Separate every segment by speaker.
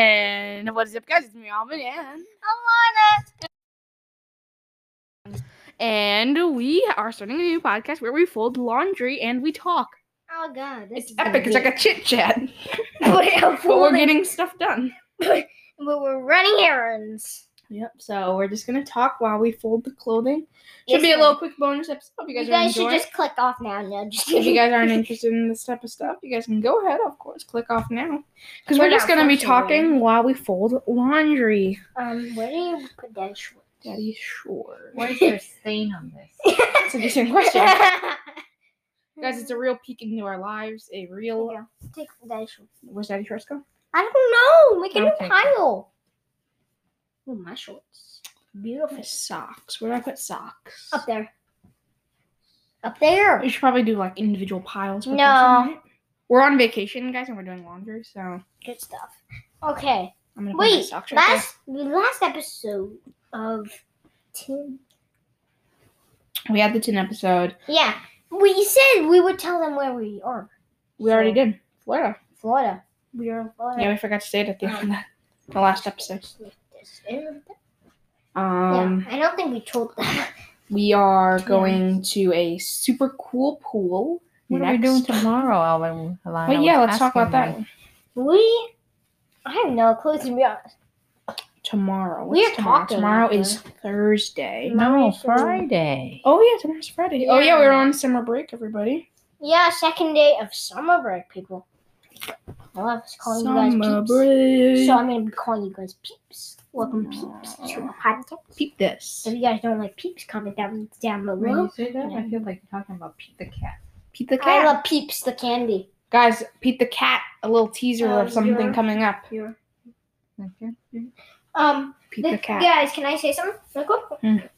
Speaker 1: And what is up, guys? It's me, Alvin, and
Speaker 2: Alana.
Speaker 1: and we are starting a new podcast where we fold laundry and we talk.
Speaker 2: Oh god, this
Speaker 1: It's
Speaker 2: is
Speaker 1: epic. It's like a chit chat,
Speaker 2: but
Speaker 1: but we're getting stuff done.
Speaker 2: but we're running errands.
Speaker 1: Yep. So we're just gonna talk while we fold the clothing. Should
Speaker 2: Yes,
Speaker 1: be a
Speaker 2: ma'am.
Speaker 1: little quick bonus episode. If you
Speaker 2: You
Speaker 1: guys,
Speaker 2: guys,
Speaker 1: are
Speaker 2: should
Speaker 1: enjoying.
Speaker 2: just click off now. No, just
Speaker 1: If you
Speaker 2: kidding.
Speaker 1: guys aren't interested in this type of stuff, you guys can go ahead, of course, click off now. Because we're,
Speaker 2: We're
Speaker 1: just
Speaker 2: not
Speaker 1: going to be
Speaker 2: functioning.
Speaker 1: talking while we fold laundry.
Speaker 2: um, where do you put that short?
Speaker 1: Daddy, sure.
Speaker 3: Where's your stain on this?
Speaker 1: That's a decent question. Guys, it's a real peek into our lives. A real.
Speaker 2: Yeah. Take that short.
Speaker 1: Where's Daddy Shorts go?
Speaker 2: I don't know. Make a new
Speaker 1: Okay.
Speaker 2: pile. Oh, my shorts. Beautiful.
Speaker 1: My socks. Where do I put socks?
Speaker 2: Up there. Up there.
Speaker 1: We should probably do like individual piles. with
Speaker 2: No.
Speaker 1: us, right? We're on vacation, guys, and we're doing laundry, so I'm
Speaker 2: Good stuff. Okay.
Speaker 1: gonna put my
Speaker 2: Wait.
Speaker 1: socks right
Speaker 2: Last the last episode of Tim.
Speaker 1: there. We had the tin episode.
Speaker 2: Yeah. We said we would tell them where we are.
Speaker 1: We already
Speaker 2: So-
Speaker 1: did Florida.
Speaker 2: Florida. We are in Florida.
Speaker 1: Yeah, we forgot to say it at the end of that- the last episode.
Speaker 2: yeah,
Speaker 1: Um,
Speaker 2: I don't think we told them.
Speaker 1: we are going to a super cool pool.
Speaker 3: What
Speaker 1: next.
Speaker 3: are we doing tomorrow, Alvin? Alana
Speaker 1: But yeah,
Speaker 3: was
Speaker 1: let's talk about
Speaker 3: asking
Speaker 1: that
Speaker 3: me.
Speaker 2: We, I have no clue to be honest.
Speaker 1: tomorrow.
Speaker 2: We
Speaker 1: What's
Speaker 2: are
Speaker 1: tomorrow?
Speaker 2: talking
Speaker 1: Tomorrow
Speaker 2: after.
Speaker 1: is Thursday.
Speaker 3: No,
Speaker 2: Tomorrow's the-
Speaker 3: Friday.
Speaker 1: Oh yeah, tomorrow's Friday. Oh yeah, we're
Speaker 2: Mm. Yeah.
Speaker 1: on summer break, everybody.
Speaker 2: Yeah, second day of summer break, people. I love calling you
Speaker 1: summer
Speaker 2: guys peeps.
Speaker 1: break.
Speaker 2: So I'm gonna be calling you guys peeps. Welcome peeps to the podcast.
Speaker 1: Peep this.
Speaker 2: If you guys don't like peeps, comment down down below.
Speaker 3: When you say that,
Speaker 2: Yeah.
Speaker 3: I feel like you're talking about Pete the cat.
Speaker 1: Pete the
Speaker 2: I
Speaker 1: cat.
Speaker 2: love peeps the candy.
Speaker 1: Guys, Pete the cat. A little teaser
Speaker 2: Oh,
Speaker 1: of something
Speaker 2: yeah.
Speaker 1: coming up.
Speaker 3: Okay.
Speaker 2: Um,
Speaker 1: Pete
Speaker 2: the-
Speaker 1: the cat. Hmm.
Speaker 2: guys, can I say something? Real quick?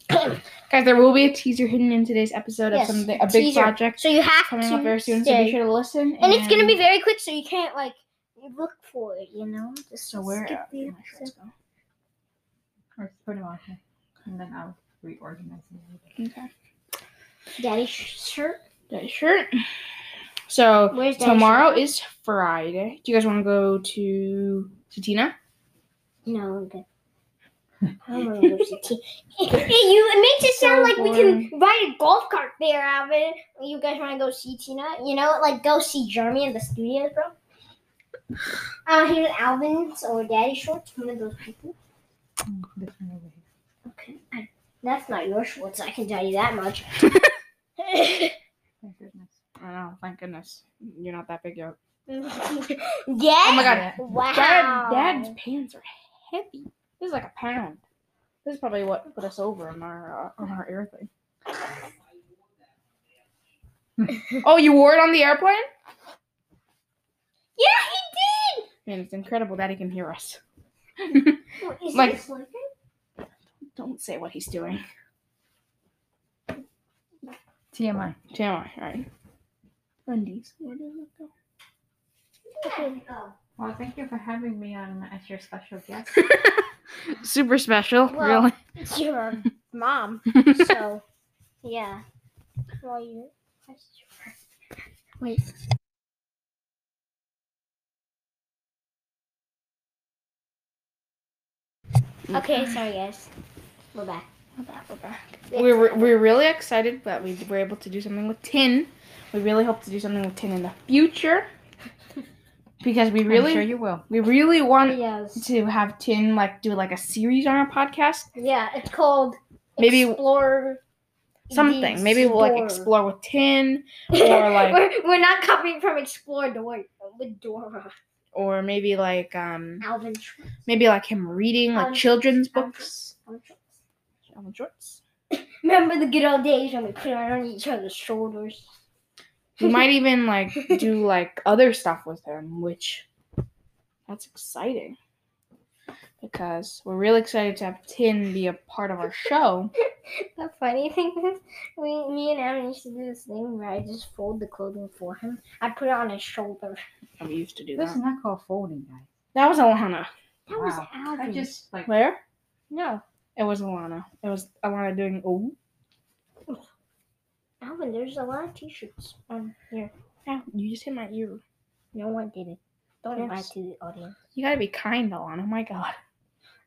Speaker 1: Guys, there will be a teaser hidden in today's episode
Speaker 2: Yes,
Speaker 1: of something, a big
Speaker 2: teaser.
Speaker 1: project
Speaker 2: So you have
Speaker 1: coming
Speaker 2: to
Speaker 1: up very soon. So
Speaker 2: stay.
Speaker 1: be sure to listen.
Speaker 2: and it's gonna be very quick, so you can't like look for it, you know. Just
Speaker 1: So where?
Speaker 2: skip
Speaker 1: uh,
Speaker 2: the
Speaker 1: where should I go?
Speaker 3: Let's put him on here. And then I'll reorganize it.
Speaker 1: Okay.
Speaker 2: Daddy's shirt.
Speaker 1: That shirt. So
Speaker 2: Where's Daddy's
Speaker 1: tomorrow
Speaker 2: shirt?
Speaker 1: is Friday. Do you guys want to go to Satina?
Speaker 2: No, I'm good. I don't want to go see tea. It, it- you, it makes it sound like we can ride a golf cart there, Alvin. You guys want to go see Tina? You know, like go see Jeremy in the studios, bro. Uh, here's Alvin's or Daddy shorts, one of those people.
Speaker 1: Hmm.
Speaker 3: This one over here.
Speaker 2: Okay, I- that's not your shorts. I can tell you that much.
Speaker 3: Thank goodness.
Speaker 1: I know. Thank goodness you're not that big yet.
Speaker 2: Dad?
Speaker 1: Oh my god,
Speaker 3: Yeah.
Speaker 2: Wow.
Speaker 1: Dad, Dad's pants are heavy. This is like a pound. This is probably what put us over on our uh, on our air thing. oh, you wore it on the airplane?
Speaker 2: Yeah,
Speaker 1: Man, it's incredible that he can hear us.
Speaker 2: he did. Wait, is
Speaker 1: Like-
Speaker 2: this like
Speaker 1: Don't say what he's doing.
Speaker 3: TMI.
Speaker 1: TMI, all right. Undies. Where did it go?
Speaker 2: it?
Speaker 3: Well, thank you for having me on as your special guest.
Speaker 1: Super special,
Speaker 2: Well-
Speaker 1: really.
Speaker 2: Your mom. So, yeah. Well, you. Wait. Okay, sorry guys. We're back.
Speaker 1: We're back, we're back. We were, we were really excited that we were able to do something with tin. We really hope to do something with tin in the future because we really
Speaker 3: I'm sure you will.
Speaker 1: we really want
Speaker 2: Yes.
Speaker 1: to have tin like do like a series on our podcast.
Speaker 2: Yeah, it's called
Speaker 1: Maybe-
Speaker 2: Explore
Speaker 1: Something. Maybe we'll like
Speaker 2: Explore.
Speaker 1: explore with tin or, like-
Speaker 2: we're, we're not copying from Explore Dora with Dora.
Speaker 1: or maybe like um
Speaker 2: Alvin
Speaker 1: maybe like him reading like
Speaker 2: Um,
Speaker 1: children's
Speaker 2: um,
Speaker 1: books.
Speaker 2: Schwartz.
Speaker 1: Alan Schwartz.
Speaker 2: Remember the good old days when we put it on each other's shoulders?
Speaker 1: We might even like do like other stuff with him, which that's exciting. Because we're really excited to have Tin be a part of our show.
Speaker 2: The funny thing is, we, me and Adam used to do this thing where I just fold the clothing for him. I put it on his shoulder.
Speaker 1: And we used to do
Speaker 3: This is
Speaker 1: that.
Speaker 3: not called folding, guys.
Speaker 1: That was Alana.
Speaker 2: That was
Speaker 3: Wow. I
Speaker 2: Alvin.
Speaker 3: just like
Speaker 1: Where?
Speaker 2: No,
Speaker 1: It was Alana. It was Alana doing oh, ooh.
Speaker 2: Alvin, there's a lot of t-shirts on here.
Speaker 1: Ow, um, you just hit my ear.
Speaker 2: No one did it. Don't lie
Speaker 1: Yes.
Speaker 2: to the audience.
Speaker 1: You gotta be kind, Alana. Oh my god.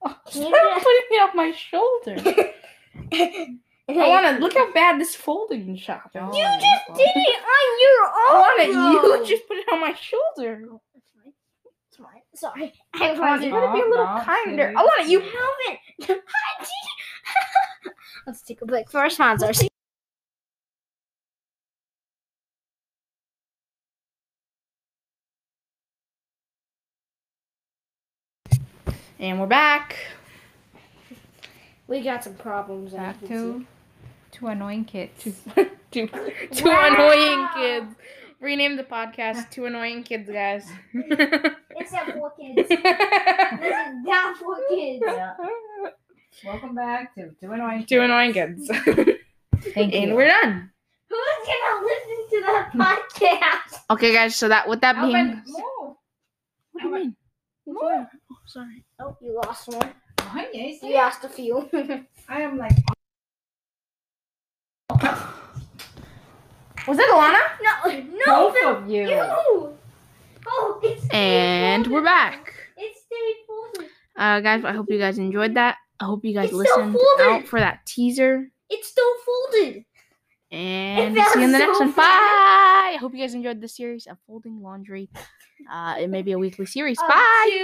Speaker 1: Oh,
Speaker 2: Can you
Speaker 1: stop
Speaker 2: do-
Speaker 1: putting it off my shoulder. Alana, look how bad this folding shop is.
Speaker 3: You
Speaker 2: just did it on
Speaker 1: Alana,
Speaker 2: your own.
Speaker 1: you just put it on my shoulder.
Speaker 2: Sorry, sorry. I
Speaker 1: Alana,
Speaker 2: was
Speaker 1: you
Speaker 2: you.
Speaker 1: gotta be a little
Speaker 3: Not
Speaker 1: kinder.
Speaker 2: Oh,
Speaker 3: silly.
Speaker 1: Alana, you
Speaker 2: haven't. I did- Let's take a break for our sponsors.
Speaker 1: And we're back.
Speaker 2: We got some problems.
Speaker 3: Back to to annoying kids.
Speaker 1: Two, two
Speaker 2: Wow.
Speaker 1: annoying kids. Rename the podcast Two Annoying Kids, guys.
Speaker 2: It's not four kids. This is not four kids.
Speaker 3: Welcome back to to annoying.
Speaker 1: two Annoying Kids.
Speaker 3: Thank
Speaker 1: and
Speaker 3: you.
Speaker 1: we're done.
Speaker 2: Who's gonna listen to that podcast?
Speaker 1: Okay, guys, so that with that
Speaker 3: Alvin,
Speaker 1: being.
Speaker 3: move.
Speaker 1: What do you mean?
Speaker 2: More.
Speaker 1: Oh, sorry.
Speaker 2: Oh, you lost one.
Speaker 3: Why, yes,
Speaker 2: You lost a few.
Speaker 3: I am like
Speaker 1: Was that Alana?
Speaker 2: no, no,
Speaker 3: both
Speaker 2: Phil,
Speaker 3: of you.
Speaker 2: you. Oh, it's Dave
Speaker 1: And
Speaker 2: Folded.
Speaker 1: we're back.
Speaker 2: It's Dave Folded.
Speaker 1: Uh, guys, I hope you guys enjoyed that. I hope you guys
Speaker 2: It's so
Speaker 1: listened
Speaker 2: folded.
Speaker 1: out for that teaser.
Speaker 2: It's still folded.
Speaker 1: And
Speaker 2: It
Speaker 1: we'll see you in the
Speaker 2: felt
Speaker 1: next
Speaker 2: so
Speaker 1: one.
Speaker 2: folded.
Speaker 1: Bye. I hope you guys enjoyed this series of folding laundry. Uh, it may be a weekly series.
Speaker 2: Um,
Speaker 1: Bye.